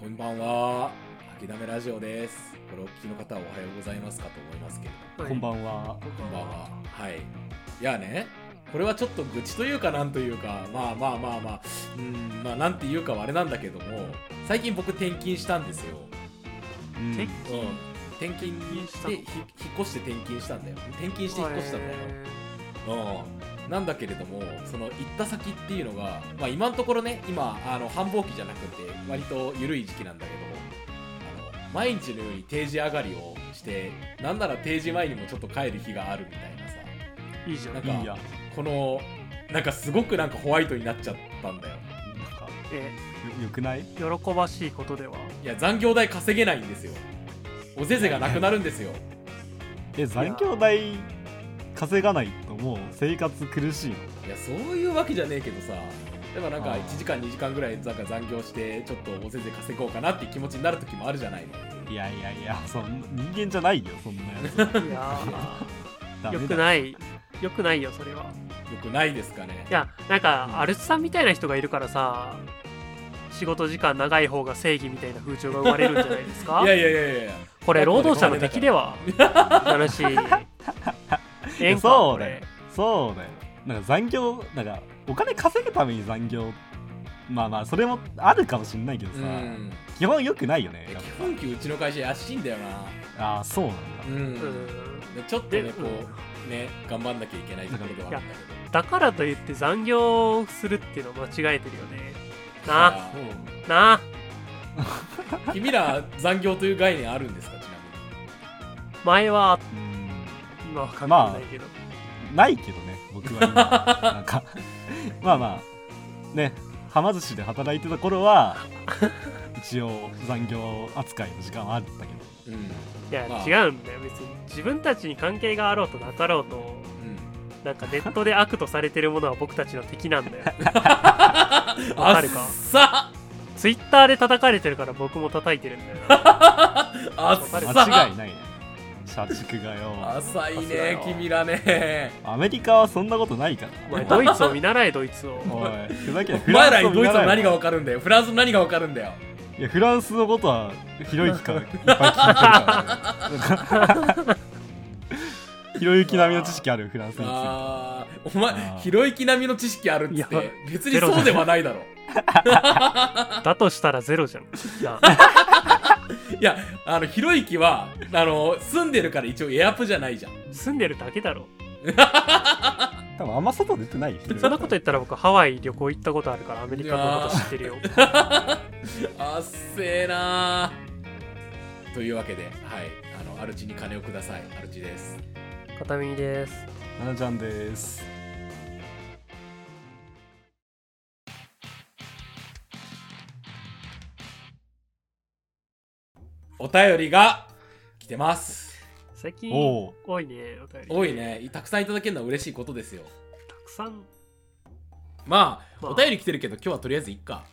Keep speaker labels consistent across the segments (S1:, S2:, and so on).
S1: こんばんは。諦めラジオです。これお聞きの方はおはようございますかと思いますけれ
S2: はい
S3: こんばんは。
S1: ど。こんばんは。はい。いやね、これはちょっと愚痴というかなんというか、まあまあまあまあ、うん、まあなんていうかはあれなんだけども、最近僕転勤したんですよ。
S3: うん
S2: て
S1: うん。転勤して、
S2: 転
S1: ひ引っ越して転勤したんだよ。転勤して引っ越したんだよ。
S2: へ
S1: うん、なんだけれどもその行った先っていうのが、まあ、今のところね今あの繁忙期じゃなくて割と緩い時期なんだけどあの毎日のように定時上がりをしてなんなら定時前にもちょっと帰る日があるみたいなさ
S2: ーいいじゃん
S1: なん
S3: い
S1: か
S3: いや。
S1: このなんかすごくなんかホワイトになっちゃったんだよ
S3: なんか
S2: え
S3: よよくない？
S2: 喜ばしいことではい
S1: や残業代稼げないんですよおぜぜがなくなるんですよ
S3: え残業代稼がないともう生活苦しいの。
S1: いやそういうわけじゃねえけどさでもなんか
S3: あー
S1: 1時間2時間ぐらいなんか残業してちょっとおぜぜ稼ごうかなっていう気持ちになる時もあるじゃないの
S3: いやいやいや、そん人間じゃないよそんなや つ。
S2: いや ー
S3: ダメだ
S2: よくないよくないよそれは
S1: よくないですかね
S2: いやなんかアルツさんみたいな人がいるからさ仕事時間長い方が正義みたいな風潮が生まれるんじゃないです か
S1: いやいやいやいや
S2: これ労働者の敵では 話ええんか
S3: そう
S2: こ
S3: だよ
S2: れ。
S3: そうだよ。なんか残業なんかお金稼ぐために残業。まあまあそれもあるかもしんないけど
S1: う
S3: さ、
S1: ん
S3: 基本良くないよね。
S1: え
S3: やっ
S1: 基本給うちの会社安いんだよな
S3: ぱああそうなん
S1: う
S2: うんん
S1: でちょっと
S2: で
S1: ねこうね頑張んなきゃいけないところではあるんだ
S2: だからといって残業をするっていうのは間違えてるよね
S1: けど
S2: な
S3: だ。そう。
S2: あなあ
S1: あ君ら残業という概念あるんですかちな
S2: 前は
S3: うん
S2: 今は関係ないけど、
S3: ないけどね僕 は今なんかまあまあねはま寿司で働いてた頃は一応残業扱いの時間はあったけど
S1: みに
S2: いや、
S1: まあ
S2: 違うんだよ別に自分たちに関係があろうとなかろうと
S1: うん
S2: なんかネットで悪とされてるものは僕たちの敵なんだ よ
S1: うん
S2: わかるか
S1: あっさ
S2: ツイッターで叩かれてるから僕も叩いてるんだよな
S1: あ
S2: わかる
S1: っ
S3: 間
S1: さ
S3: 違いないね社畜がよ
S1: 浅い
S2: さすが
S1: ね
S2: よ
S1: 君らね
S3: アメリカはそんなことないか
S2: お 前
S3: ら
S2: ドイツを見習えドイツを
S3: おいふざけんな
S1: お前らにドイツの
S3: フランスを見習
S1: 何
S3: え
S1: が分かるんだよフランスの何が分かるんだよ
S3: いやフランスのことはひろゆきからいっぱい聞いてるからね ひろゆき並みの知識あるフランスについて
S1: あーお
S3: あ
S1: 前
S3: ー
S1: ひろゆき並みの知識あるっつっ
S2: いや
S1: て別にそうではないだろ
S2: だとしたらゼロじゃんなあ
S1: いや、あの、ひろゆきは、あの、住んでるから一応エアプじゃないじゃん。
S2: 住んでるだけだ ろ
S3: 多分あんま外出てないよひろゆき
S2: そんなこと言ったら僕ハワイ旅行行ったことあるからアメリカのこと知ってるよ
S1: あっせーなーというわけで、はい、あの、アルチに金をください。アルチです。
S2: 片耳です
S3: ななちゃんです
S1: お便りが来てます。
S2: 最近
S3: おう
S2: 多いねお便り
S1: 多いね。たくさんいただけるのは嬉しいことですよ。
S2: たくさん
S1: まあ、
S2: まあ
S1: お便り来てるけど、今日はとりあえずいっか。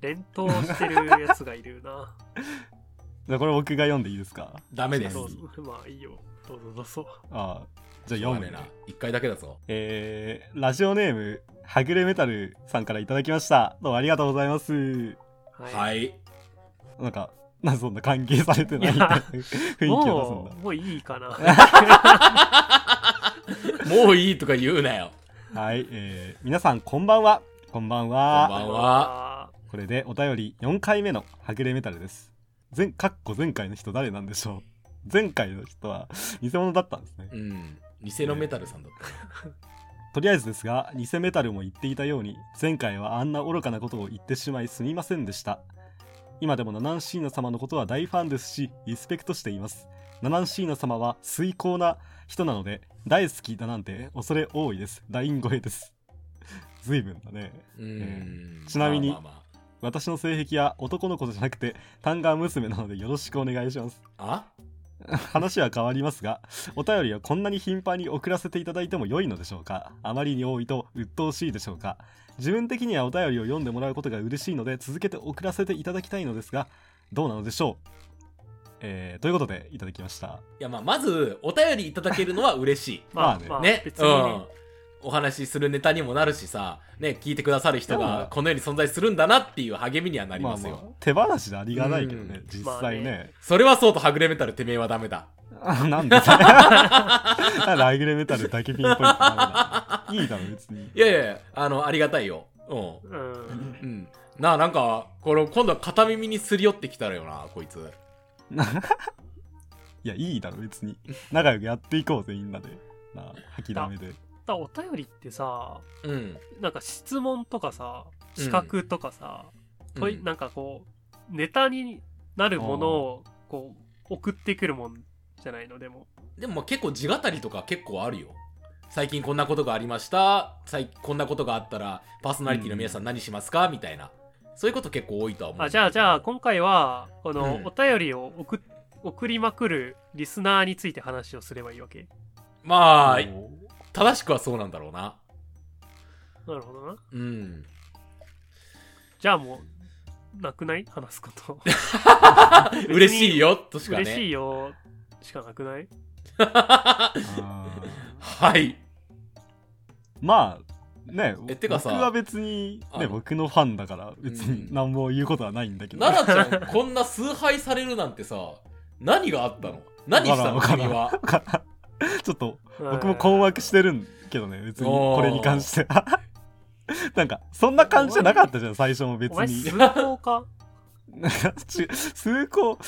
S2: 連投してるやつがいるな
S3: じゃあこれ僕が読んでいいですか
S1: ダメです。
S2: どうぞまあいいよどうぞどうぞ
S3: ああじゃ
S1: 読
S3: あ読
S1: む
S3: む
S1: ね
S3: ね
S1: な。一回だけだぞ。
S3: えー、ラジオネームはぐれメタルさんからいただきましたどうもありがとうございます
S2: は
S1: はい。
S3: なんかなんかそんな歓迎されてないみたいな 雰囲気を
S2: も
S3: 出す
S2: うもういいかな
S1: もういいとか言うなよ。
S3: んだはいえー、皆さんこんばんはこんばんは
S1: こんばんは
S3: これでお便り4回目のはぐれメタルです前かっこ前回の人誰なんでしょう前回の人は偽物だったんですね
S1: うん。偽のメタルさんだっ
S3: とりあえずですが偽メタルも言っていたように前回はあんな愚かなことを言ってしまいすみませんでした今でもナナンシーナ様のことは大ファンですしリスペクトしていますナナンシーナ様は崇高な人なので大好きだなんて恐れ多いですライン超えです随分だね
S1: た。うん。
S3: ちなみに
S1: まあまあまあ
S3: 私の性癖は男の子じゃなくて単眼娘なのでよろしくお願いします
S1: あ
S3: 話は変わりますがお便りはこんなに頻繁に送らせていただいても良いのでしょうかあまりに多いと鬱陶しいでしょうか自分的にはお便りを読んでもらうことが嬉しいので続けて送らせていただきたいのですがどうなのでしょうえー、ということでいただきました
S1: いやまあまずお便りいただけるのは嬉しい
S2: ま
S3: ま
S2: あ
S3: あ
S2: ま
S3: ね
S2: あ、
S1: ね
S2: 別にね、
S1: うんお話しするネタにもなるしさ、ね、聞いてくださる人
S3: まあ
S1: がこの世に存在するんだなっていう励みにはなり
S3: まあ
S1: ます
S3: ま
S1: よ。
S3: あ手放しでありがないけど
S1: う
S3: ね、
S1: ん
S3: 実
S2: まあ
S3: 際ね
S2: ね,、
S1: それはそうとはぐれメタルてめえはダメだ。
S3: あなんでそれ なんでアイグレメタルだけピンポイントなのいいだろ別に
S1: いやいやいや、あの、ありがたいよ。うん。
S2: うん。
S1: うん、なあなんかこれ今度は片耳にすり寄ってきたらよなこいつ
S3: いやいいだろ別に仲良くやっていこうぜみんなでなあ吐きだめで
S2: だお便りってさ、
S1: うん
S2: なんか質問とかさ、
S1: うん
S2: 資格とかさ、問い
S1: うん
S2: なんかこう、ネタになるものを、こう、送ってくるもんじゃないの、でも。
S1: でもまあ結構地語りとか結構あるよ最近こんなことがありました最こんなことがあったらパーソナリティの皆さん何しますか、みたいなそういうこと結構多いとは思う
S2: あ、じゃあ、じゃあ、今回は、こ
S1: う
S2: の
S1: ん、
S2: お便りを送っ送りまくるリスナーについて話をすればいいわけ。
S1: まあ
S3: お
S1: 正しくはそうなんだろうな
S2: なるほどな。
S1: うん
S2: じゃあもう、なくない話すこと。に
S1: 嬉しいよとしかね
S2: 嬉しいよ、しかな くない
S1: は
S3: ーあー
S1: い
S3: まあね
S1: えてかさ
S3: 僕は別に、
S1: あ
S3: ね、
S1: の
S3: 僕のファンだから別に
S1: うん
S3: 何も言うことはないんだけど、
S1: 奈々ちゃんこんな崇拝されるなんてさ何があったの何したの
S3: わからん
S1: 君は
S3: ちょっと
S2: 僕
S3: 僕も困惑してるんけどね別に
S1: おー
S3: これに関して なんかそんな感じじゃなかったじゃん最初も別
S2: お前、
S3: に
S2: 崇 高か
S3: なんかち数個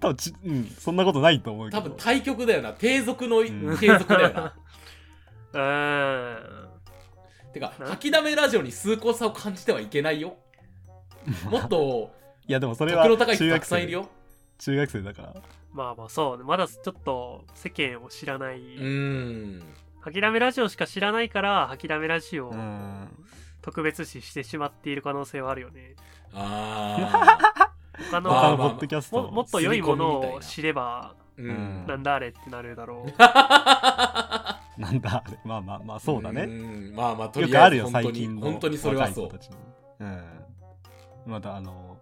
S3: 多分ち、うん、そんなことないと思うけ
S1: 多
S3: ど
S1: 分対局だよな低俗の
S3: ん
S1: 継続だよ な
S2: うーん。
S1: てか
S2: な
S1: 書きだめラジオに崇高さを感じてはいけないよ もっと
S3: いやでもそれは
S1: 格の高い
S3: 中
S1: 人た
S3: 学
S1: くさんい
S3: 生
S1: るよ
S3: 中学生だから
S2: まあまあそうねまだちょっと世間を知らないう
S1: ーん
S2: 吐きだめラジオしか知らないから吐きだめラジオを
S3: うん
S2: 特別視してしまっている可能性はあるよね
S1: あ
S2: 他の
S1: ま
S3: 他
S1: あま
S3: のポ
S1: あ
S3: ッドキャスト
S2: も
S3: の
S2: もっと良いもの
S1: 刷り込みみた
S2: を
S1: いな
S2: 知れば
S1: ーう
S3: うん
S1: ん
S2: なんだあれってなるだろう
S3: なんだあれまあまあまあそうだね
S1: んまあまあと
S3: よ
S1: り
S3: く
S1: あ
S3: あ
S1: え
S3: る
S1: ず
S3: よ
S1: 本当
S3: 最
S1: に
S3: 近の
S1: 本当にそれはそう
S3: 若い子たちにうんまたあの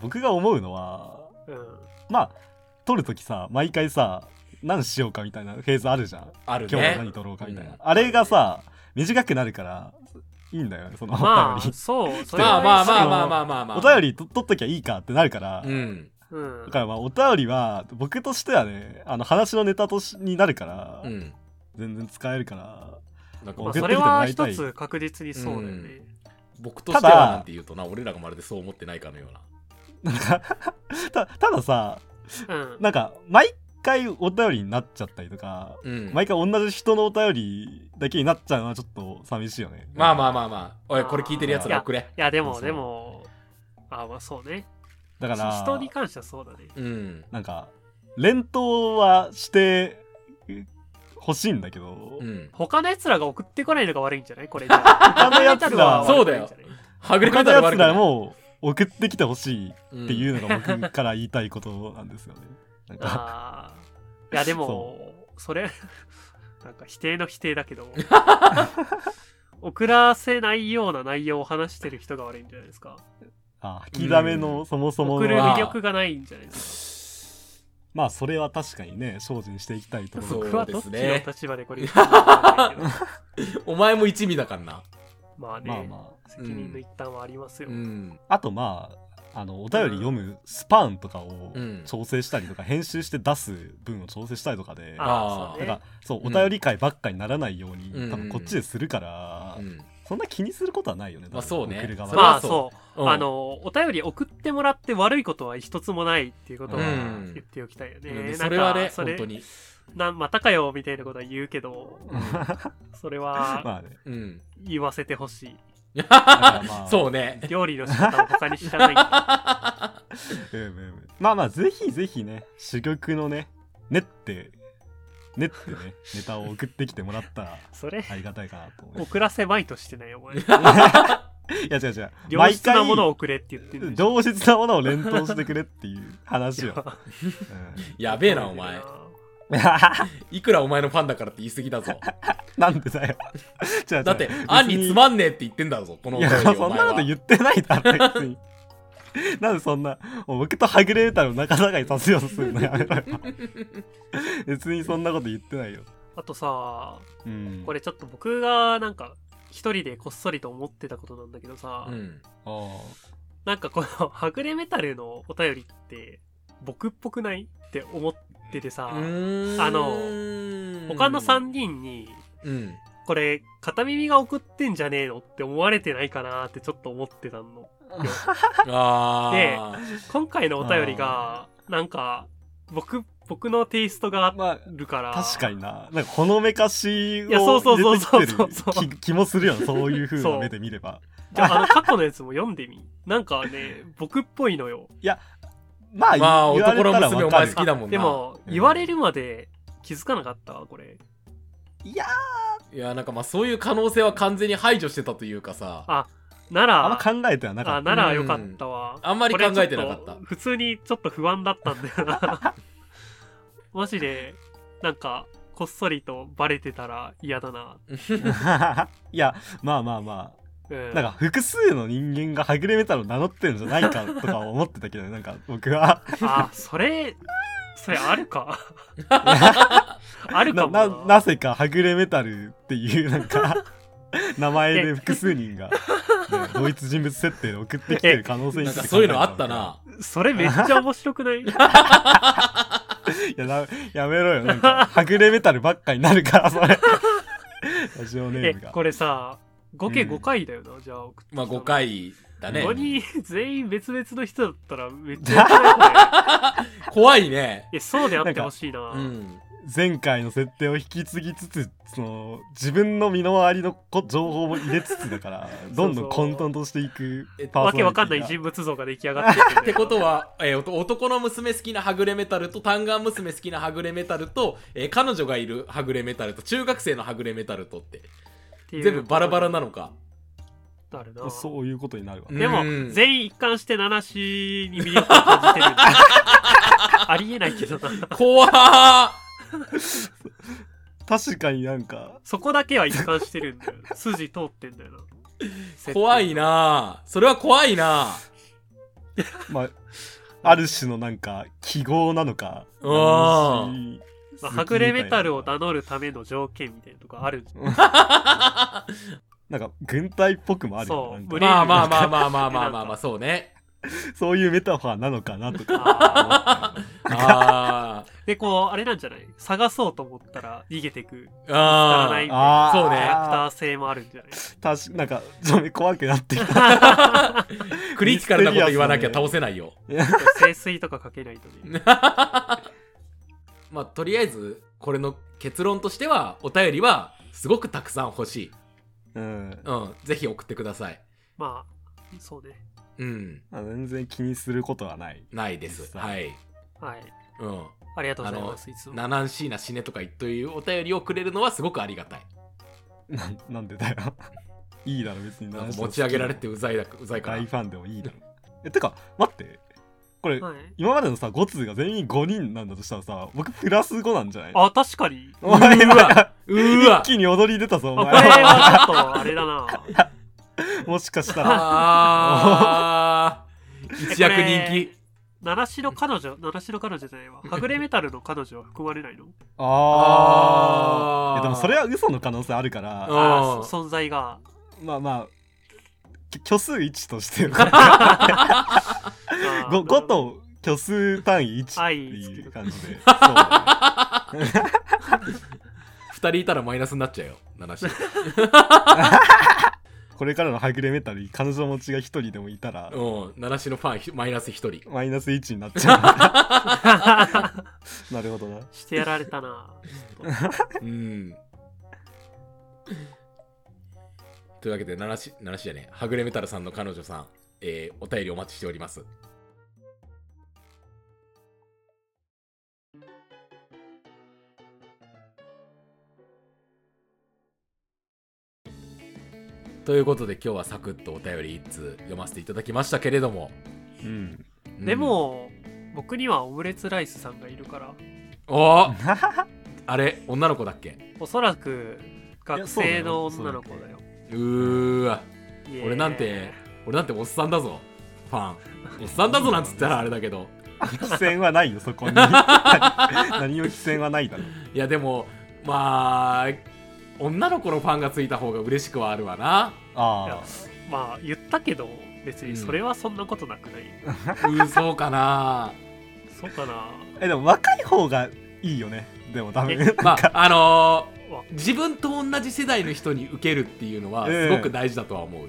S3: 僕が思うのは
S2: うん
S3: まあ撮るときさ毎回さ何しようかみたいなフェーズあるじゃん
S1: ある
S3: 今日は
S1: ね
S3: 何撮ろうかみたいな、
S1: うん
S3: あれがさ短くなるからいいんだよねそのお便り、
S2: まあそうそれ
S1: ま
S2: は
S1: あまあまあ
S2: いい
S1: まあまあまあまあ
S3: お便りと撮っときゃいいかってなるから、
S1: うん
S2: うん
S3: だからまあお便りは僕としてはねあの話のネタとしになるから、
S1: うん
S3: 全然使えるから
S1: なんか
S2: まあ
S3: 送
S2: そ
S3: ってき
S2: れ
S3: てもら
S2: はい
S3: たい
S2: 一つ確実にそうだよね
S1: 僕として
S3: た
S1: は
S3: だ
S1: なんて言うとな俺らがまるでそう思ってないかのような
S3: なんかたたださ
S2: うん
S3: なんか毎回お便りになっちゃったりとか、
S1: うん
S3: 毎回同じ人のお便りだけになっちゃうのはちょっと寂しいよね
S1: まあ
S3: あ
S1: まあまあまあおいこれ聞いてるやつら送れ
S2: いやで
S3: そ
S2: も
S3: う
S2: でもあまあそうね
S3: だから
S2: 人に関してはそうだね
S1: うん
S3: なんか連投はして欲しいんだけど、
S1: うん
S2: 他のやつらが送ってこないのが悪いんじゃないこれじゃあ他
S3: のやつらは
S2: のやつらは悪くないんじゃない
S1: はぐれ
S3: 他
S1: 方
S3: の
S1: が
S3: や
S1: 悪
S3: つ
S1: くな
S3: ら
S1: い
S3: も送ってきてほしいっ
S1: うん
S3: ていうのが僕から言いたいことなんですよね。なんか
S2: あーいやでもそれ なんか否定の否定だけ ど送らせないような内容を話してる人が悪いんじゃないですか
S3: あ吐きだめのそもそも
S2: 送る
S3: のは
S2: 魅力がないんじゃないです
S3: まあそれは確かにね精進していきたいと
S2: か
S3: こ
S1: そ
S3: ろ
S1: う
S2: 僕はどっち
S1: そうです
S2: の
S1: ね
S2: 立場でこれ言ってるのかわかんないけど
S1: お前も一味だからな
S2: まあね、
S3: まあまあ
S2: 責任の一端はありますよ、
S1: うん
S3: あとまああのお便り読むスパンとかを
S1: うん
S3: 調整したりとか、編集して出す分を調整したりとかでな
S2: あ
S1: あー
S2: あそううね
S3: かそうお便り会ばっかにならないように、
S1: うん
S3: 多分こっちでするから、
S1: うん
S3: そんな気にすることはないよね、
S1: まあそうね
S3: 送る側
S1: それ
S2: ま
S1: は
S2: あ
S1: そう
S2: そう
S1: うん
S2: あのお便り送ってもらって悪いことは一つもないっていうことを
S1: うん
S2: 言っておきたいよね、
S1: うん
S2: なんか
S1: それはね
S2: そ
S1: 本
S2: れ
S1: 当に
S2: なんまたかよみたいなことは言うけどそれは
S3: ま あね
S1: うん
S2: 言わせてほしい
S3: だからまあ
S1: そうね
S2: 料理の仕方を他に知らない
S3: うんうんうんまあまあぜひぜひね珠玉のね練って練ってねネタを送ってきてもらったら
S2: それ
S3: ありがたいかなと思い
S2: 送らせまいとしてない お前
S3: ますいや違う違う
S2: 良質なものを
S3: を
S2: 送れって言ってるんでしょ
S3: 上質なものを連投してくれっていう話 よ、う
S1: やべえなお前
S3: ん
S1: いくらお前のファンだからって言い過ぎだ ぞ
S3: なんでだよ違う違う
S1: だって「あんにつまんねえ」って言ってんだぞこのお
S3: い
S1: 便
S3: や
S1: り
S3: そ
S1: お
S3: んな
S1: 前は
S3: こと言ってないだろ別に なんでそんなもう僕とはぐ れメタルを仲違いさせようとするのやめろよ別にそんなこと言ってないよ
S2: あとさ
S3: うん
S2: これちょっと僕がなんか一人でこっそりと思ってたことなんだけどさ、
S1: うん
S3: あー
S2: なんかこのはぐれメタルのお便りって僕っぽくないって思っててさ、あ
S1: の
S2: 他の3人に
S1: うん
S2: これ片耳が送ってんじゃねえのって思われてないかなってちょっと思ってたの
S1: あー
S2: 今回のお便りがなんか僕僕のテイストがあ
S3: ま
S2: るから、
S3: あ確かにななんかほのめかしを
S2: いやそうそうそうそう
S3: 入れてきてる気気もするよねそういう風
S2: そ
S3: な
S2: う
S3: 目で見れば
S2: じゃああの過去のやつも読んでみなんかね僕っぽいのよ
S3: まあ、
S1: まあ
S3: 言われ
S1: 男の
S3: たら
S1: 娘
S3: わ
S1: お
S3: か
S1: 前
S3: る
S1: 好きだもんな
S2: でも
S3: うん
S2: 言われるまで気づかなかったわこれ
S3: いやー
S1: いやなんかまあそういう可能性は完全に排除してたというかさ
S2: あなら
S3: あんま考えてはなか
S2: あ
S3: っ
S2: ならよかったわ、
S1: あんまり考えてなかっ
S2: これちょ
S1: た
S2: と普通にちょっと不安だったんだよな マジでなんかこっそりとバレてたら嫌だな、
S3: た いやまあまあま
S2: うん
S3: あなんか複数の人間がはぐれメタルを名乗ってるんじゃないかとか思ってたけどなんか僕は
S2: あそれそれあるかあるか
S3: な
S2: もな
S3: ななぜかはぐれメタルっていうな んか名前で複数人が、ね、同一人物設定で送ってきてる可能性に つ
S1: なんか
S3: いて考え
S1: そういう
S3: た
S1: のあったな
S2: それめっちゃ面白くない
S3: いやなやめろよなんかはぐれメタルばっかになるから それラジオネ
S2: え
S3: ームが
S2: これさ合計
S3: うん
S2: 5回だよな、じゃあ送ってきた
S1: まあ
S2: の
S1: 5回だね
S2: 五人全員別々の人だったらめっちゃやばいこれ
S1: 怖いね
S2: えそうであってほしいな
S1: うん
S3: 前回の設定を引き継ぎつつその自分の身の回りのこ情報も入れつつだからどんどん混沌としていく
S1: え
S3: パー
S2: わ
S3: ソ
S2: け
S3: ナ
S2: わ
S3: リティが
S2: かんない人物像が出来上がって る
S1: ってことは、えーおと男の娘好きなはぐれメタルと単眼娘好きなはぐれメタルと、えー彼女がいるはぐれメタルと中学生のはぐれメタルとって全部バラバラなのか
S2: なるな
S3: そういうことになるわ、
S1: うん
S2: でも
S1: うん
S2: 全員一貫してナナシに魅力を感じてるありえないけどな
S1: 怖ー
S3: 確かになんか
S2: そこだけは一貫してるんだよ筋通ってんだよな
S1: 怖いなそれは怖いな
S3: まあある種のなんか記号なのか
S1: うわ
S2: まあ、はぐれメタルを
S3: だ
S2: 名乗るための条件みたいなとこあるじゃん
S3: なんか軍隊っぽくもあるよ
S2: そう
S3: なんか
S2: 無理
S1: まあまあまあまあまあまあまあまあそうね
S3: そういうメタファーなのか なとか
S2: あ
S1: あー
S2: でこうあれなんじゃない探そうと思ったら逃げてく
S1: あー
S3: あ
S1: そうね
S2: キャラク
S3: ね
S2: ター性もあるんじゃない
S3: 確かなんかちょっと怖くなってきた
S1: クリティカルなこと言わなきゃ倒せないよ
S2: 清水とかかけないとね
S1: まあとりあえずこれの結論としてはお便りはすごくたくさん欲しい
S3: うん
S1: うんぜひ送ってください
S2: まあそうね
S1: うん
S3: まあ全然気にすることはない
S1: ないです
S3: 実
S1: は
S3: 際
S1: い
S2: はい
S1: うん
S2: ありがとうございますいつも
S1: ナナンシーナ死ねとか言っというお便りをくれるのはすごくありがたい
S3: なんなんでだよ いいだろ別に
S1: なんか持ち上げられてうざいだうざいから
S3: 大ファンでもいいだろえてか待ってこれ、
S2: はい、
S3: 今までのさ5通が全員5人なんだとしたらさ僕プラス5なんじゃない
S2: あ確かに
S1: うわうわ
S3: 一気に踊り出たぞお
S2: あこれ
S3: 前
S2: はちょっとあれだな
S3: もしかしたら
S1: あー一躍人
S2: これ
S1: 気
S2: 七しの彼女七しの彼女じゃな いわはぐれメタルの彼女は含まれないの
S3: あーいやでもそれ
S1: は
S3: は嘘の可能性あるから
S1: うん
S2: あーそ存在が
S3: まあまあ虚数1として
S2: あー
S3: 5, 5と虚数単位1っ
S2: 愛
S3: てい
S2: つ
S3: う
S2: け
S3: 感じ でそうだね
S1: 2人いたらマイナスになっちゃうよ七種
S3: これからのはぐれメタルに彼女持ちが1人でもいたら
S1: うん七種のファンひマイナス1人
S3: マイナス1になっちゃ う。なるほどな。
S2: してやられたな
S1: うんというわけで七種七種じゃねえはぐれメタルさんの彼女さんえーお便りお待ちしておりますということで今日はサクッとお便り1通読ませていただきましたけれども、
S3: うん。
S1: うん
S2: でも僕にはオムレツライスさんがいるから
S1: おーあれ女の子だっけ
S2: おそらく学生の女の子だよ
S1: うーわ
S2: イエーイ
S1: 俺なんて俺なんておっさんだぞファンおっさんだぞなんつったらあれだけど
S3: 危険はないよ、そこに。何も危険はないだろ。
S1: いやでもまあ女の子のファンがついた方が嬉しくはあるわな
S2: いや
S3: あ
S2: まあ言ったけど別にそれはそんなことなくない、
S1: 嘘かな
S2: そうかな
S3: あえでも若い方がいいよねでもダメ
S2: え
S1: まああの
S2: わ
S1: ー自分と同じ世代の人に受けるっていうのは
S3: え
S1: す
S3: え
S1: ごく大事だとは思うよ、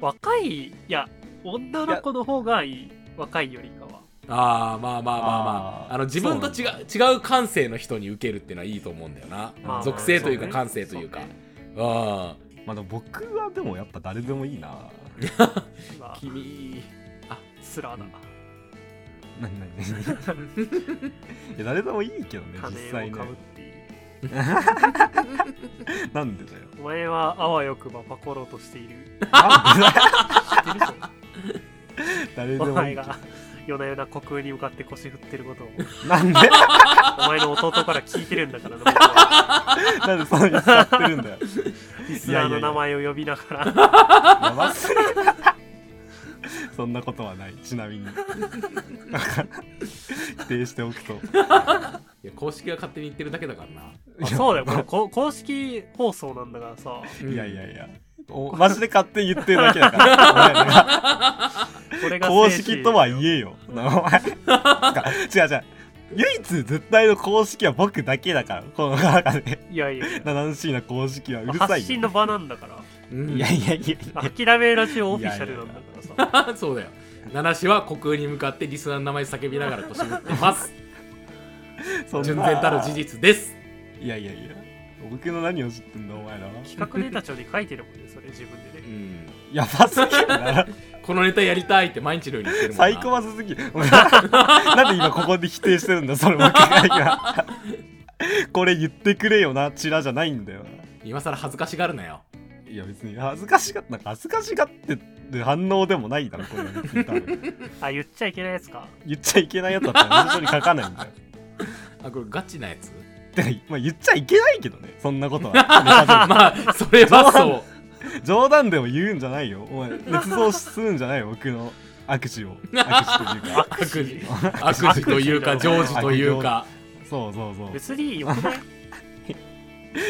S2: 若いいや女の子の方がいい若いよりかは
S1: ああまあまあまあまあ
S3: あー
S1: あの自分と違う違う感性の人に受けるっていうのはいいと思うんだよな、
S2: まあ
S1: 属性という
S2: そう
S1: か
S2: ね
S1: 感性というか
S2: そう
S1: ああ
S3: まあでも僕はでもやっぱ誰でもいいな
S2: まあ
S1: 君
S2: スラーだ
S3: 何何何いや誰でもいいけどね実
S2: 金
S3: 際
S2: を
S3: ね
S2: かぶっている、
S3: なんでだよ
S2: お前はあわよくばパコろうとしている
S3: なんでだよ
S2: 知ってるぞ
S3: 誰で
S2: お
S3: もい
S2: 前
S3: いけど
S2: が夜な夜な虚空に向かって腰振ってることを
S3: なんで
S2: お前の弟から聞いてるんだからな 僕は
S3: なんでその言っちゃってるんだよ
S2: リスナーの名前を呼びながら
S3: やばすぎそんなことはないちなみに否定しておくと
S1: いや公式が勝手に言ってるだけだからな、
S2: あそうだよこれこ公式放送なんだからさ
S1: うん
S3: いやいやいやおマジで勝手に言ってるだけだからお前らが
S2: これが
S3: 公式とは言
S2: え
S3: えよお前か違う違う唯一絶対の公式は僕だけだからこの中で
S2: いやいやいや
S3: ナナンシーな公式はうるさ
S2: 発
S3: い
S2: 信
S3: よ
S2: の場なんだから
S1: うん
S3: いやいやいやいや
S2: 諦めラジオオフィシャルなんだからさ
S1: そうだよ。七氏は虚空に向かってリスナーの名前叫びながら年振ってます。
S3: そんな
S1: 純然たる事実です。
S3: いやいやいや僕の何を知ってんだお前らは
S2: 企画ネタ帳に書いてるもんねそれ自分で
S1: う
S2: ね
S1: ん。
S3: やばすぎるな
S1: このネタやりたいって毎日のように言ってるもんな。
S3: サイコパスすぎる。なんで今ここで否定してるんだ、それ僕が今。これ言ってくれよな、チラじゃないんだよ
S1: 今更恥ずかしがるなよ。
S3: な。いや別に恥ずかしがって、なんか恥ずかしがってる反応でもないだろ、これは別に多分。
S2: あ言っちゃいけないやつか
S3: 言っちゃいけないやつだったら文章に書かないんだよ。
S1: あ、これガチなやつ
S3: てか、まあ、言っちゃいけないけどね、そんなことは。
S1: まあ、それはそう。
S3: 冗談でも言うんじゃないよ。 お前、捏造するんじゃないよ、僕の握手を。握手というか。
S1: 悪事。悪事というか、
S2: 悪
S1: ジ
S2: 事
S1: ョ
S2: だよ
S1: ージというか。
S3: そう そうそう。
S2: 別によくない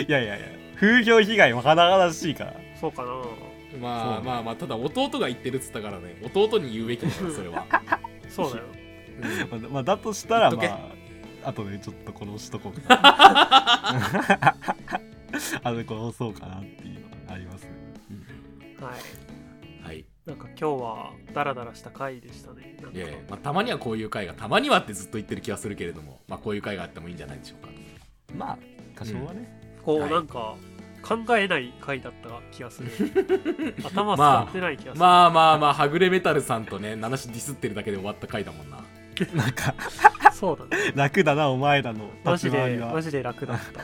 S3: いやいやいや、風評被害も甚だしいから。
S2: そうかな
S1: まあ
S3: そう
S1: まあまあ、ただ弟が言ってるっつったからね、弟に言うべきだよ、それは。
S2: そう だよ
S1: うん
S3: まあ、まあ、だとしたら、
S1: 言っとけ
S3: まあ、あとでちょっと殺しとこ うかな。 あれ殺そうかなっていうのがありますね。
S2: はい
S1: はい。
S2: なんか今日はダラダラした回でしたねなん
S1: い
S2: か
S1: やいやまあ、たまにはこういう回が、たまにはってずっと言ってる気がするけれども、まあこういう回があってもいいんじゃないでしょうか。
S3: まあ、多少はね。
S2: こう
S1: はい
S2: なんか考えない回だった気がする 頭
S1: まあ
S2: 使ってない気がす る、
S1: まあまあまあ、はぐれメタルさんとね、七種ディスってるだけで終わった回だもんな。
S3: なんか、
S2: そうだね
S3: 楽だな、お前らの
S2: マ
S3: 立
S2: ジ
S3: ち回
S2: で
S3: り
S2: マ
S3: は。
S2: ジで楽だった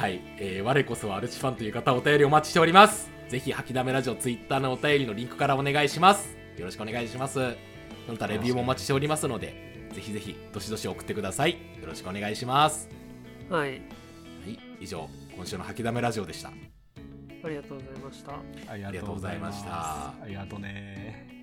S1: はい、えー、我こそはアルチファンという方、お便りお待ちしております。ぜひ、吐きだめラジオ、ツイッターのお便りのリンクからお願いします。よろしくお願いします。その他、レビューもお待ちしておりますので、ぜひぜひ、どしどし送ってください。よろしくお願いします。
S2: はい
S1: はい、以上、今週の吐きだめラジオでした。
S2: ありがとうございました
S3: あり
S1: ありがとうございました
S3: ありがとうね。